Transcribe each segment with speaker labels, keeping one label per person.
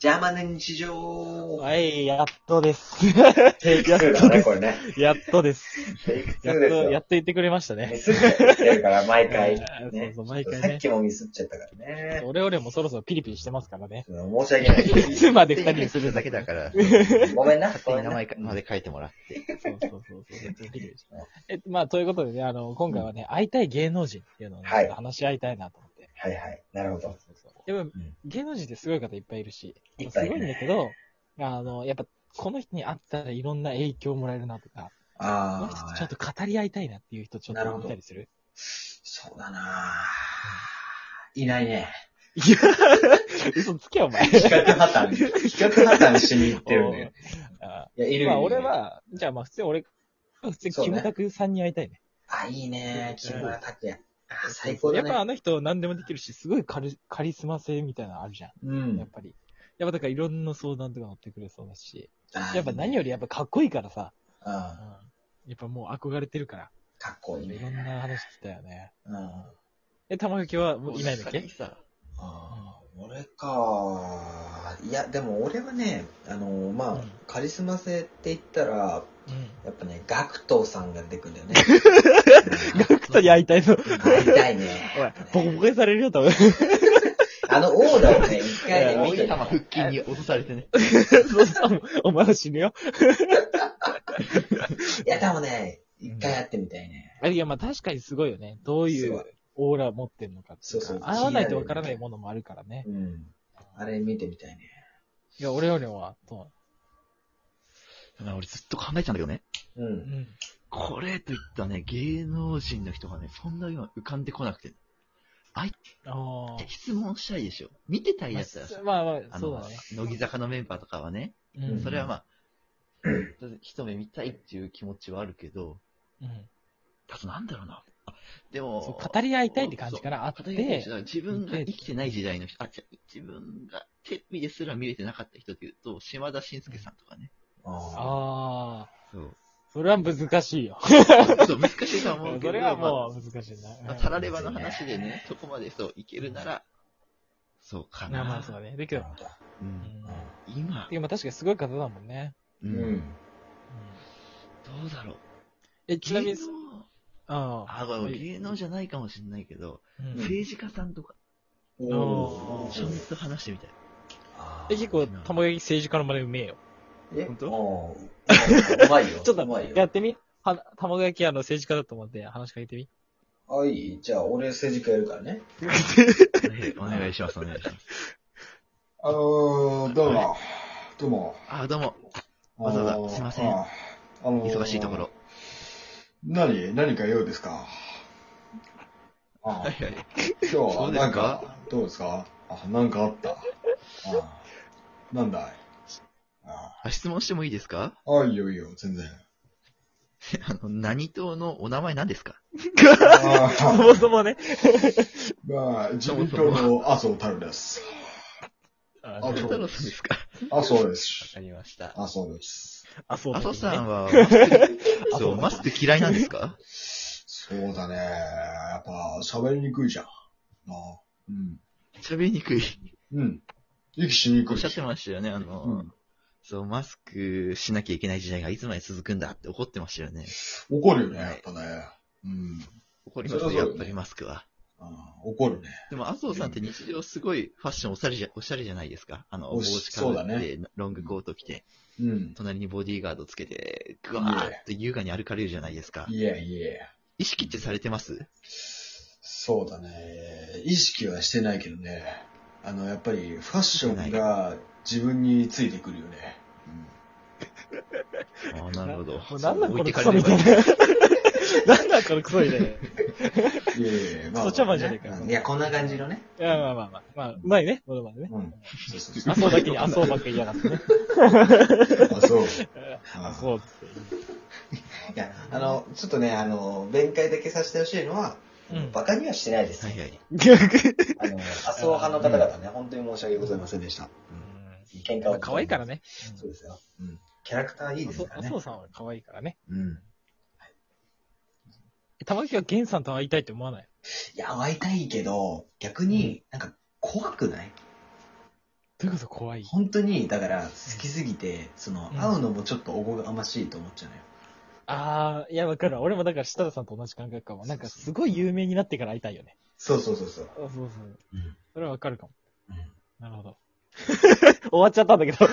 Speaker 1: ジャーマネ日常
Speaker 2: はい、やっとです。
Speaker 1: テイク
Speaker 2: やっ
Speaker 1: 2だ
Speaker 2: と
Speaker 1: ね、
Speaker 2: で
Speaker 1: これ
Speaker 2: す。
Speaker 1: ね。
Speaker 2: やっとです。
Speaker 1: テイク
Speaker 2: やっ
Speaker 1: 2
Speaker 2: と、
Speaker 1: です
Speaker 2: や
Speaker 1: よ
Speaker 2: っ。と言ってくれました
Speaker 1: ミ
Speaker 2: ね。
Speaker 1: スっちゃるから、毎回。
Speaker 2: そう
Speaker 1: ね
Speaker 2: そう、毎回
Speaker 1: さっ
Speaker 2: ね。
Speaker 1: きもミスっちゃったからね。
Speaker 2: 俺俺もそろそろピリピリしてます からね。
Speaker 1: ちょっと申し訳ない。
Speaker 2: 妻で二人に
Speaker 3: するだけだから、
Speaker 1: ごめんな。
Speaker 3: 勝
Speaker 1: ご
Speaker 3: 手
Speaker 1: め
Speaker 3: に
Speaker 1: んな。
Speaker 3: 名前まで書いてもらって。
Speaker 2: そうそうそうそう。ピリピリしてえ、まあ、ということでね、あの、今回はね、会いたい芸能人っていうのをね
Speaker 1: はい
Speaker 2: 話し合いたいなと思って。
Speaker 1: はいはい。なるほ
Speaker 2: そう
Speaker 1: ど。
Speaker 2: そうそう。やっぱ
Speaker 1: うん、
Speaker 2: 芸能人ってすごい方いっぱいいるし、
Speaker 1: いっ
Speaker 2: す
Speaker 1: ぱ
Speaker 2: ご
Speaker 1: いいる
Speaker 2: いんだけど、あの、やっぱ、この人に会ったらいろんな影響もらえるなとか、この
Speaker 1: あ
Speaker 2: 人とちょ
Speaker 1: あ
Speaker 2: っ、と語り合いたいなっていう人ちょっ
Speaker 1: なる
Speaker 2: と
Speaker 1: ほ
Speaker 2: 見
Speaker 1: ど
Speaker 2: たりする
Speaker 1: そうだなぁ。いないね。
Speaker 2: いや、嘘つけよ、お前。
Speaker 1: 比較破綻。比較破綻しに行ってるね。
Speaker 2: あ
Speaker 1: いや、いるいる
Speaker 2: まあ、俺。は、じゃあまあ、普通に俺、普通にキムタクさんに会いたいね。
Speaker 1: あ、いいね木村拓哉。あ最
Speaker 2: そ
Speaker 1: 高
Speaker 2: うや
Speaker 1: だ
Speaker 2: っぱ
Speaker 1: ね。
Speaker 2: あの人何でもできるし、すごいカリカリスマ性みたいなのあるじゃ。
Speaker 1: うん
Speaker 2: やっ
Speaker 1: ん。
Speaker 2: ぱり。やっぱだからいろんな相談とか乗ってくれそうだし。
Speaker 1: あ
Speaker 2: やっぱ何よりやっぱかっこいいからさ。う
Speaker 1: あ
Speaker 2: んやっぱもう憧れてるから。
Speaker 1: かっこいい
Speaker 2: い
Speaker 1: ね。
Speaker 2: ろんな話聞きたいよね。
Speaker 1: うん。
Speaker 2: え、玉垣はもういないんだっけ
Speaker 3: さ
Speaker 1: ああ、俺か。いや、でも俺はね、あの、まあ、
Speaker 2: うん
Speaker 1: カリスマ性って言ったら、
Speaker 2: うん。
Speaker 1: やっぱね、ガクトさんが出てくるん だよね。
Speaker 2: ガクトに会いたいの。
Speaker 1: うん会いたい
Speaker 2: おい
Speaker 1: ね。、
Speaker 2: ボコボコにされるよ、多 分。
Speaker 1: あのオーダーをね、一回ね、
Speaker 3: 王
Speaker 1: 見
Speaker 3: 子
Speaker 1: て
Speaker 3: 様腹筋に落とされてね。
Speaker 2: そうそうお前は死ぬよ。
Speaker 1: いや、でもね、一回やってみたいね。
Speaker 2: あいや、まあ確かにすごいよね。どうい
Speaker 1: すご
Speaker 2: う
Speaker 1: い
Speaker 2: オーラ持ってんのかって
Speaker 1: そ
Speaker 2: いか
Speaker 1: うそう
Speaker 2: 合わないとわからないものもあるからね。
Speaker 1: うん。あれ見てみたいね。
Speaker 2: いや、俺よりは、と。
Speaker 3: 俺ずっと考えちゃうんだけどね。
Speaker 1: う。
Speaker 2: うんん。
Speaker 3: これといったね、芸能人の人がね、そんな今浮かんでこなくて。
Speaker 2: ああ。
Speaker 3: 質問したいでしょ。見てたいやつださ。
Speaker 2: まあまあ、
Speaker 3: あ
Speaker 2: そう
Speaker 3: の
Speaker 2: だね。、
Speaker 3: 乃木坂のメンバーとかはね、
Speaker 2: うんん。
Speaker 3: それはまあ、一目見たいっていう気持ちはあるけど、
Speaker 2: うん。
Speaker 3: ただなんだろうな。あでも
Speaker 2: そう、語り合いたいって感じかな。あっ
Speaker 3: 語り合いたい
Speaker 2: て
Speaker 3: じゃ、ない自分が生きてない時代の人、あ、じゃ自分がテレビですら見れてなかった人で言うと、島田紳介さんとかね。
Speaker 1: あ
Speaker 2: ああ。
Speaker 3: そう。
Speaker 2: それは難しいよ。
Speaker 3: そう、難しいとは思うけど。
Speaker 2: それはもう難しい
Speaker 3: まあ、
Speaker 2: な。
Speaker 3: まあタラレバの話でね、そこまでそう、いけるなら、そうか
Speaker 2: ま
Speaker 3: な。
Speaker 2: あまあ、そうだね。だけ
Speaker 1: ー
Speaker 2: ど、う
Speaker 3: う。
Speaker 2: んん。
Speaker 3: 今
Speaker 2: て、かまあ確かにすごい方だもんね。
Speaker 3: う。
Speaker 1: うんん。うん。
Speaker 3: どうだろう。
Speaker 2: え、ちなみ
Speaker 3: 芸
Speaker 2: に、
Speaker 3: 能、
Speaker 2: ああ。
Speaker 3: あ、ごめん芸能じゃないかもしれないけど、
Speaker 2: うん
Speaker 3: 政治家さんとか、
Speaker 2: おー
Speaker 3: ちょっと話してみたい。
Speaker 2: え、結構、玉焼き政治家の真似うめえよ。
Speaker 1: え
Speaker 3: 本当
Speaker 1: 当うまいよ。
Speaker 2: ちょっ
Speaker 1: うまい
Speaker 2: と、や
Speaker 1: よ。
Speaker 2: ってみは、卵焼きあの政治家だと思って話しかけてみ。
Speaker 1: あ、いいじゃあ、俺政治家やるからね。
Speaker 3: お願いします、お願いします。
Speaker 1: あのー、どうも。どうも。
Speaker 3: あ、どうも。
Speaker 1: あ
Speaker 3: わざわざ
Speaker 1: のー
Speaker 3: すいません
Speaker 1: ああのー
Speaker 3: 忙しいところ。。
Speaker 1: 何何か用ですかあ
Speaker 3: はいはい。
Speaker 1: 今日
Speaker 3: そう
Speaker 1: は
Speaker 3: で
Speaker 1: な
Speaker 3: すか
Speaker 1: んか、どうですかあ、なんかあった。あなんだいあ
Speaker 3: あ、質問してもいいですか
Speaker 1: あ、いいよいいよ、全然。
Speaker 3: あの、何党のお名前なんですか
Speaker 1: あ
Speaker 2: そ
Speaker 1: あ
Speaker 2: もそもね。
Speaker 1: まあ、自民党の麻生太郎です。
Speaker 2: あ
Speaker 1: そう
Speaker 3: 太郎さんですか
Speaker 1: 麻生です。
Speaker 3: りました。
Speaker 1: 麻生です。
Speaker 2: あ、そう
Speaker 3: 麻
Speaker 2: だ、
Speaker 3: 生さん
Speaker 2: ね。
Speaker 3: は、マスク
Speaker 1: 麻
Speaker 3: そ
Speaker 1: 生
Speaker 3: う、マスク嫌いなんですか
Speaker 1: そうだね。やっぱ、喋りにくいじゃん。ああうん。
Speaker 3: 喋りにくい。
Speaker 1: うん。息しに
Speaker 3: お
Speaker 1: く
Speaker 3: っ
Speaker 1: い。
Speaker 3: しゃってましたよね、あの、
Speaker 1: うん
Speaker 3: そう、マスクしなきゃいけない時代がいつまで続くんだって怒ってましたよね。
Speaker 1: 怒るよね、やっぱね。うん。
Speaker 3: 怒りますよ、
Speaker 1: そりゃ
Speaker 3: や
Speaker 1: そうだよ
Speaker 3: っ
Speaker 1: ね
Speaker 3: ぱりマスクは。
Speaker 1: ああ怒るね。
Speaker 3: でも、麻生さんって日常すごいファッションおしゃれじゃ、おしゃれじゃないですかあの、
Speaker 1: お
Speaker 3: 帽
Speaker 1: し
Speaker 3: 子かぶ
Speaker 1: そうだ
Speaker 3: っ
Speaker 1: ね
Speaker 3: て、ロングコート着て、
Speaker 1: うん。
Speaker 3: 隣にボディーガードつけて、ぐわーっと優雅に歩かれるじゃないですか。
Speaker 1: いえいえ。
Speaker 3: 意識ってされてます
Speaker 1: そうだね。意識はしてないけどね。あの、やっぱりファッションが自分についてくるよね。
Speaker 3: ああ、なる ほど。
Speaker 2: もうなんなん
Speaker 3: そ
Speaker 2: こ
Speaker 3: う置い
Speaker 2: の
Speaker 3: て
Speaker 2: ク
Speaker 3: か
Speaker 2: ソ
Speaker 3: れ
Speaker 2: み
Speaker 3: れば
Speaker 2: たい
Speaker 3: いい
Speaker 2: な。なんなんこのクソみたいな。
Speaker 1: い
Speaker 2: い
Speaker 1: やいやい や、まあ、
Speaker 2: そっちはマジじゃねえか
Speaker 1: うんいや、こんな感じのね。
Speaker 2: や、まあまあまあ。まあ、うまいね、ものまでね。
Speaker 1: うん。そうそうそ
Speaker 2: あ、そうだけに、あ、そうばっかり嫌がってね。
Speaker 1: う。あ、そう。
Speaker 2: あ、
Speaker 1: あ
Speaker 2: そうっつって。
Speaker 1: いや、あの、ちょっとね、あの、弁解だけさせてほしいのは、
Speaker 2: うん。
Speaker 1: バカにはしてないです。
Speaker 3: はいはい。
Speaker 1: あの、麻生派の方々ね、本当に申し訳ございませんでした。喧嘩を。
Speaker 2: 可愛いから。ね。
Speaker 1: そうですよ。うん。キャラクターいい
Speaker 2: あ
Speaker 1: です
Speaker 2: そう
Speaker 1: から
Speaker 2: 麻
Speaker 1: ね。
Speaker 2: 生さんは可愛いからね。
Speaker 1: うん。
Speaker 2: 玉木は源さんと会いたいって思わない
Speaker 1: いや、会いたいけど、逆に、なんか、怖くない
Speaker 2: どういうこと怖い
Speaker 1: 本当に、だから、好きすぎて、その、
Speaker 2: うん
Speaker 1: 会うのもちょっとおこがましいと思っちゃうのよ。
Speaker 2: ああ、いや、わかるわ。俺もだから、設楽さんと同じ感覚かも。なんか、すごい有名になってから会いたいよね。
Speaker 1: そうそうそうそう。
Speaker 2: そうそうそ
Speaker 1: う
Speaker 2: う。
Speaker 1: ん。
Speaker 2: それはわかるかも。
Speaker 1: う
Speaker 2: なるほど。 終わっちゃったんだ けど。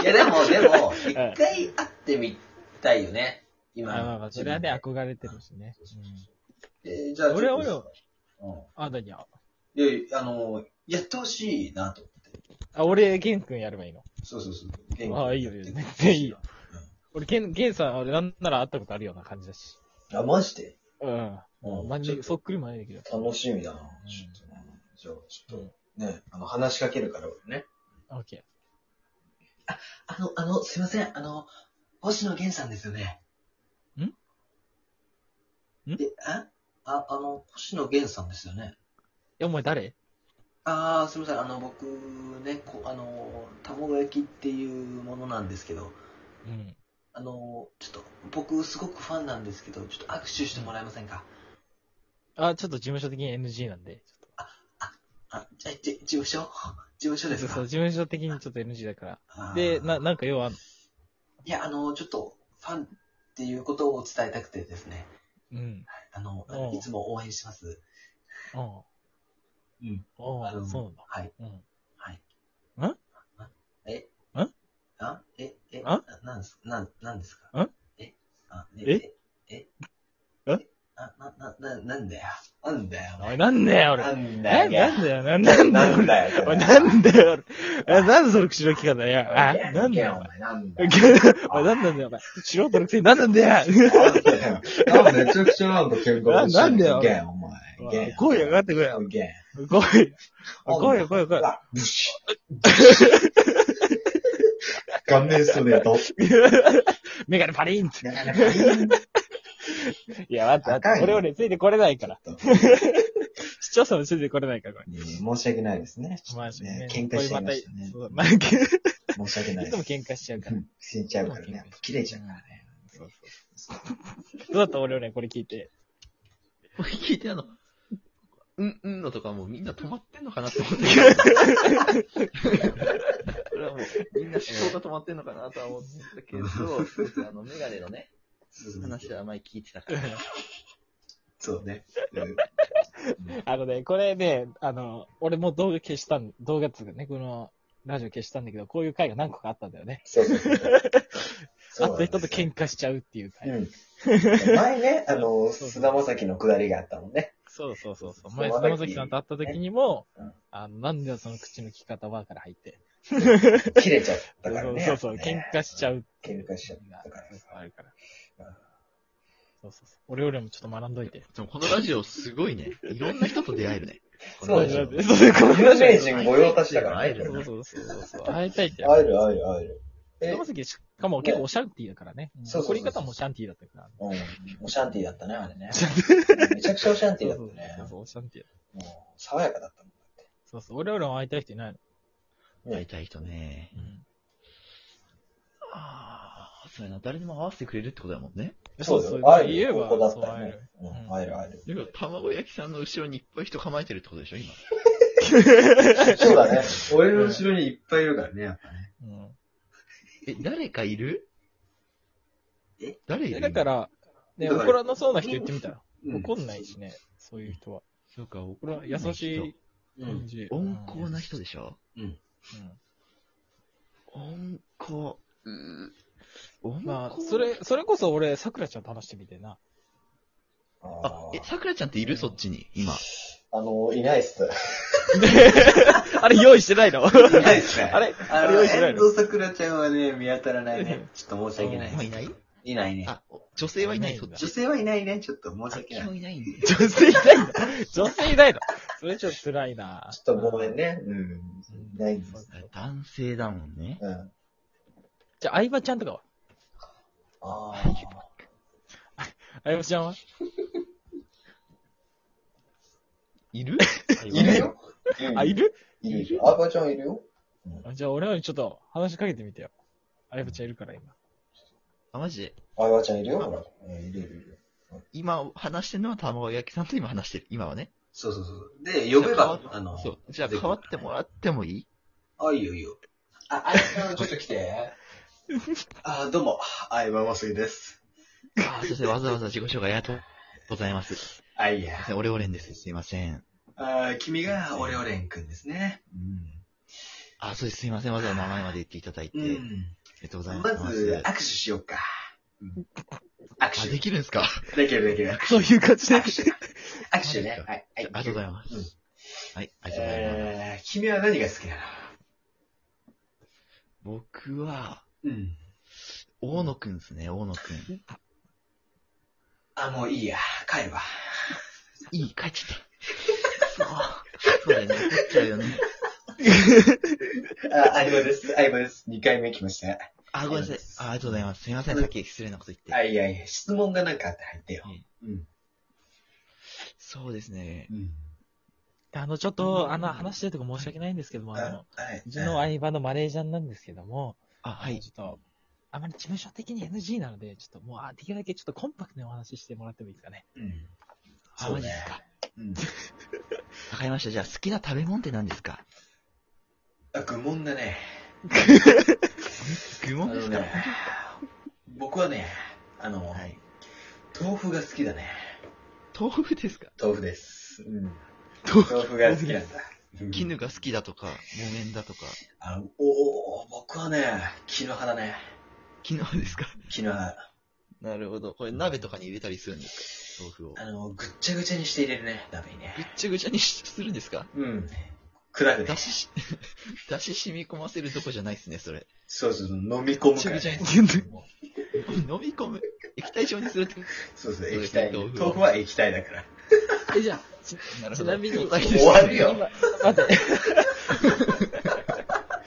Speaker 4: いや、でも、でも、一回会ってみたいよね。今
Speaker 2: まあまあま
Speaker 4: の
Speaker 2: あ、
Speaker 4: 自
Speaker 2: それは
Speaker 4: 分で。
Speaker 2: ね、憧れてるしね。
Speaker 4: えーじゃあ、
Speaker 2: 俺は
Speaker 4: ちょっと
Speaker 2: うん、あ、何や。
Speaker 4: うん。いや、あの、やってほしいなと思って。
Speaker 2: あ、俺、ゲン君やればいいの。
Speaker 4: そうそうそう。元気
Speaker 2: ああ、いいよ、いいよ。全然いいよ。俺、ゲン、ゲンさん、俺なんなら会ったことあるような感じだし。
Speaker 1: ん。あ、マジで
Speaker 2: うん。
Speaker 1: うん
Speaker 2: ま
Speaker 1: ちょっ
Speaker 2: じ、
Speaker 1: と
Speaker 2: そっくり真似できる。
Speaker 1: 楽しみだな。ちょっとねじゃあ、ちょっと、ね、あの、話しかけるから、俺ね。
Speaker 2: オッケ
Speaker 4: あの、あの、すいません、あの、星野源さんですよね。
Speaker 2: んん
Speaker 4: え、あ、ああの、星野源さんですよね。
Speaker 2: ー。え、お前誰
Speaker 4: ああ、すみません、あの、僕ね、こあの、卵焼きっていうものなんですけど、
Speaker 2: うん。
Speaker 4: あの、ちょっと、僕すごくファンなんですけど、ちょっと握手してもらえませんか
Speaker 2: あ、ちょっと事務所的に NG なんで。
Speaker 4: あ、じゃ、じ、事務所 事務
Speaker 2: ち
Speaker 4: 所
Speaker 2: ょ
Speaker 4: で
Speaker 2: っとそ
Speaker 4: す
Speaker 2: うそう、
Speaker 4: か
Speaker 2: 事務所的にちょっと NG だか
Speaker 4: あ
Speaker 2: ら。
Speaker 4: ー
Speaker 2: で、な、なんか要は、
Speaker 4: いや、あの、ちょっと、ファンっていうことを伝えたくてですね、
Speaker 2: うん。
Speaker 4: あの
Speaker 2: お、う
Speaker 4: いつも応援してます。
Speaker 2: おう
Speaker 4: うん。
Speaker 2: お
Speaker 4: あの
Speaker 2: うそうなんだ。
Speaker 4: はい、
Speaker 2: うん。
Speaker 4: はい。
Speaker 2: ん
Speaker 4: あえ
Speaker 2: ん
Speaker 4: あえ、え、
Speaker 2: あ
Speaker 4: ななんです、なん、なんですか
Speaker 2: ん
Speaker 4: えあ、
Speaker 2: え
Speaker 4: え
Speaker 2: え
Speaker 4: えあ、な、な、な、なんだよ。なんだよ。
Speaker 2: おい、なんだよ、俺。
Speaker 1: ん
Speaker 2: ななんだよ、なんだよ、
Speaker 1: な
Speaker 2: なんんだよ。
Speaker 1: だよ。
Speaker 2: おいなんだよ、俺。え、なんでその口の利き方だよ。あ、なんだよ、お前。
Speaker 1: なんだ
Speaker 2: お
Speaker 1: よ。
Speaker 2: い、なんなんだよ、お前。素人のくせになんなんだよ。
Speaker 1: なんでめちゃくちゃなんだ、喧嘩
Speaker 2: ななんだよ
Speaker 1: ゲン、お前。ゲン。
Speaker 2: 声上がってこいよ。
Speaker 1: ゲン。
Speaker 2: 来い。来いよ、来いよ、来いよ。
Speaker 1: あ、ブシッ。顔面ストレート。
Speaker 2: メガネパリンって。
Speaker 1: ち
Speaker 2: いや、待って待っ
Speaker 1: 高い
Speaker 2: て。
Speaker 1: ね
Speaker 2: 俺俺ついてこれないか
Speaker 1: ょ
Speaker 2: ら
Speaker 1: っ。と
Speaker 2: 視聴者もついてこれないから、これ。
Speaker 1: 申し訳ないですね。ちょ
Speaker 2: ま
Speaker 1: っ
Speaker 2: あ
Speaker 1: とね
Speaker 2: ね、
Speaker 1: 喧嘩しちゃいましたね
Speaker 2: これまたそうだま
Speaker 1: 申し訳な
Speaker 2: あ
Speaker 1: い
Speaker 2: い
Speaker 1: で
Speaker 2: つ
Speaker 1: す。
Speaker 2: も喧嘩しちゃうか
Speaker 1: う
Speaker 2: ら。
Speaker 1: ん死んちゃうからね。やっぱ切れちゃうからね。
Speaker 2: そうそうそう。どうだった俺俺これ聞いて。
Speaker 3: これ聞いてあの、うん、うんのとかもうみんな止まってんのかなって思って。これはもうみんな思考が止まってんのかなとは思ったけど、あの、メガネのね、話は前聞いてたから。
Speaker 1: そうね。うん
Speaker 2: あのね、これね、あの、俺も動画消したん、動画っつうかね、この、ラジオ消したんだけど、こういう回が何個かあったんだよね。
Speaker 1: そうそうそうそう。
Speaker 2: 会った人と
Speaker 1: 喧
Speaker 2: 喧嘩しちゃうっていう回。
Speaker 1: うん。前ね、 あの、
Speaker 2: そう
Speaker 1: 菅田将暉のくだりがあったもんね。
Speaker 2: そうそうそうそう。
Speaker 1: そう
Speaker 2: 前、
Speaker 1: 若い
Speaker 2: 山崎さんと会った時にも、
Speaker 1: うん
Speaker 2: あの、なんでその口の利き方はから入って。
Speaker 1: 切れちゃったからね。
Speaker 2: そうそうそう、喧
Speaker 1: やっぱね
Speaker 2: 嘩しちゃうっていう。
Speaker 1: 喧嘩しちゃったから
Speaker 2: そうそうあるから。
Speaker 1: うん
Speaker 2: そうそうそう。俺よりもちょっと学んどいて。
Speaker 3: でもこのラジオすごいね。いろんな人と出会えるね。
Speaker 1: そう
Speaker 2: だよね
Speaker 3: この
Speaker 1: 有名人御用達だから
Speaker 3: 会える
Speaker 2: そう
Speaker 3: ね。
Speaker 2: そうそうそう。会いたいって。
Speaker 1: 会える会える会える。え
Speaker 2: 山崎しかも結構オシャンティーだからね。
Speaker 1: そうそうそう
Speaker 2: 怒り方もオシャンティーだったから。
Speaker 1: うん。オシャンティーだったね、あれね
Speaker 2: オ。シャンティー
Speaker 1: めちゃくちゃオシャンティーだ
Speaker 2: そ
Speaker 1: っ
Speaker 2: う
Speaker 1: たね
Speaker 2: そ。うそう、オシャンティー。
Speaker 1: もう、爽やかだったもん。
Speaker 2: そうそう、俺よりも会いたい人いないの。
Speaker 3: 会いたい人ね。ああ、そうやな。誰でも会わせてくれるってことだもんね。
Speaker 2: そうそう、
Speaker 1: 会え
Speaker 2: 言え
Speaker 1: る。こ
Speaker 2: ば、
Speaker 1: こだっ
Speaker 2: そう
Speaker 1: たら
Speaker 2: 会え
Speaker 1: ね
Speaker 2: る。。
Speaker 1: うん、会える会える。
Speaker 3: だから、卵焼きさんの後ろにいっぱい人構えてるってことでしょ、今。
Speaker 1: そうだね。 俺の後ろにいっぱいいるからね、やっぱね。
Speaker 2: うん
Speaker 3: え、誰かいる
Speaker 4: え
Speaker 3: 誰い
Speaker 2: え
Speaker 3: る
Speaker 2: だか、
Speaker 3: 今
Speaker 2: ら、ね、
Speaker 1: だから
Speaker 2: 怒らなそうな人言ってみたら。
Speaker 1: うん
Speaker 2: 怒んないしね、そういう人は。
Speaker 3: そうか、
Speaker 2: これは優しい
Speaker 4: うん
Speaker 2: 感。じ。
Speaker 3: 温厚な
Speaker 2: 人。
Speaker 3: 人でしょ温厚。うん。温
Speaker 2: うん
Speaker 3: 厚。
Speaker 2: まあ、それ、それこそ俺、桜ちゃんと話してみてな。
Speaker 3: あ
Speaker 1: あ、
Speaker 3: え、さくらちゃんっているそっちに、今。
Speaker 1: あの、いないっす。
Speaker 2: あれ、用意してな いの
Speaker 4: いないですね。
Speaker 2: あれ、
Speaker 4: あ
Speaker 2: あれ
Speaker 4: の、
Speaker 2: 用意してない
Speaker 4: 遠
Speaker 2: の
Speaker 4: 藤桜ちゃんはね、見当たらないね。ちょっと申し訳な
Speaker 3: 今
Speaker 4: い。
Speaker 3: いない
Speaker 4: いないね。
Speaker 3: あ、お女性はいないい、
Speaker 2: ない
Speaker 3: そ
Speaker 2: ん
Speaker 3: っ
Speaker 2: だ
Speaker 3: ち。
Speaker 4: 女性はいないね。ちょっと申し
Speaker 3: あ、
Speaker 4: 訳
Speaker 3: 基
Speaker 4: ない。
Speaker 3: 本いないんだ。
Speaker 2: 女性いないの女性いないのそれちょっと辛いな。
Speaker 1: ちょっとごめんね。うん。いないんです。
Speaker 3: 男性だもんね。
Speaker 1: うん。
Speaker 2: じゃあ、相葉ちゃんとかは
Speaker 1: ああ。
Speaker 2: 相葉ちゃんはい
Speaker 3: る
Speaker 1: いるよ。
Speaker 2: あ、いる
Speaker 1: いるよ。アーバーちゃんいるよ。
Speaker 2: あじゃあ、俺らにちょっと話しかけてみてよ。相葉ちゃんいるから、今。
Speaker 3: あ、マジで。
Speaker 1: アーバーちゃんいるよ。ほらうんいるいるいる。
Speaker 3: 今話してるのは卵焼きさんと今話してる。今はね。
Speaker 4: そうそうそう。で、呼べば
Speaker 3: じゃ、あ
Speaker 4: あの、
Speaker 3: そう。じゃあ変わってもらってもいい
Speaker 5: あ、いいよいいよ。あ、あいつさんちょっと来て。
Speaker 4: あ、どうも、相葉すぎです。
Speaker 3: あ、すいません、わざわざ自己紹介ありがとうございます。す
Speaker 4: あ、いや
Speaker 3: いませんオレオレンです。すいません。
Speaker 4: あー君がオレオレン君ですね。
Speaker 3: うん。あ、そうです。すいません、わざわざ名前まで言っていただいて。
Speaker 4: う
Speaker 3: あ
Speaker 4: ん。
Speaker 3: りがとうございま。
Speaker 4: ますず、握手しようか。
Speaker 3: あ、
Speaker 4: 握
Speaker 3: で
Speaker 4: 手。
Speaker 3: きるんですか
Speaker 4: できるできる。
Speaker 2: そういう感じで。
Speaker 4: 握手。握手ね。はい。
Speaker 3: あ
Speaker 4: は
Speaker 3: り
Speaker 4: い。
Speaker 3: がとうございます。
Speaker 4: うん
Speaker 3: はい、ありがとうございます。
Speaker 4: えー、君は何が好きなの
Speaker 3: 僕は、
Speaker 4: うん。
Speaker 3: 大野くんですね、大野くん。
Speaker 4: あ、もういいや。帰るわ。
Speaker 3: いい、帰っちゃった。そう。そうだよね、帰っちゃうよね。
Speaker 4: あ、相葉です。相葉です。2回目来ました。
Speaker 3: あ、ごめんなさい。あありがとうございます。すいません、さっき失礼なこと言って。
Speaker 4: あ、いやいや、質問がなんかあって入ってよ。うん。
Speaker 3: そうですね。
Speaker 4: うん。
Speaker 2: あの、ちょっと、あの、話してるとこ申し訳ないんですけども、あの、
Speaker 4: はいう
Speaker 2: ちの相葉のマネージャーなんですけども、
Speaker 3: あ、はい。
Speaker 2: ちょっと、あまり事務所的に NG なので、ちょっともう、あできるだけちょっとコンパクトにお話ししてもらってもいいですかね。
Speaker 4: うん。
Speaker 3: あ、マジですか。
Speaker 4: うん。
Speaker 3: わかりました。じゃあ、好きな食べ物って何ですか
Speaker 4: あ、愚問だね。
Speaker 3: 愚
Speaker 4: あ
Speaker 3: 問
Speaker 4: の
Speaker 3: ですか
Speaker 4: ね、僕はね、あの、
Speaker 3: はい。
Speaker 4: 豆腐が好きだね。
Speaker 3: 豆腐ですか
Speaker 4: 豆腐です。うん。
Speaker 3: 豆
Speaker 4: 豆腐が好きなんだ。
Speaker 3: 絹が好きだとか、木綿だとか、
Speaker 4: あのおお僕はね、木の葉だね。
Speaker 3: 絹ですか
Speaker 4: 木の葉。
Speaker 3: なるほど。これ鍋とかに入れたりするんですか豆腐を。
Speaker 4: あの、ぐっちゃぐちゃにして入れるね、鍋にね
Speaker 3: ぐ。っちゃぐちゃにしするんですか
Speaker 4: うん。砕くね
Speaker 3: だ。しし、だし染み込ませるとこじゃないですね、それ。
Speaker 4: そうそうそう、飲み込むから、
Speaker 3: ぐちゃ
Speaker 4: ね
Speaker 3: ぐ。飲み込む。液体状にするってこ
Speaker 4: そうそう、液体。
Speaker 3: 豆
Speaker 4: 豆
Speaker 3: 腐
Speaker 4: 腐
Speaker 3: を
Speaker 4: は液体だから。
Speaker 2: え、じゃあ、
Speaker 3: と。な る
Speaker 2: ちなみに
Speaker 3: 状態ですね
Speaker 4: 終わるよ。
Speaker 2: 待って。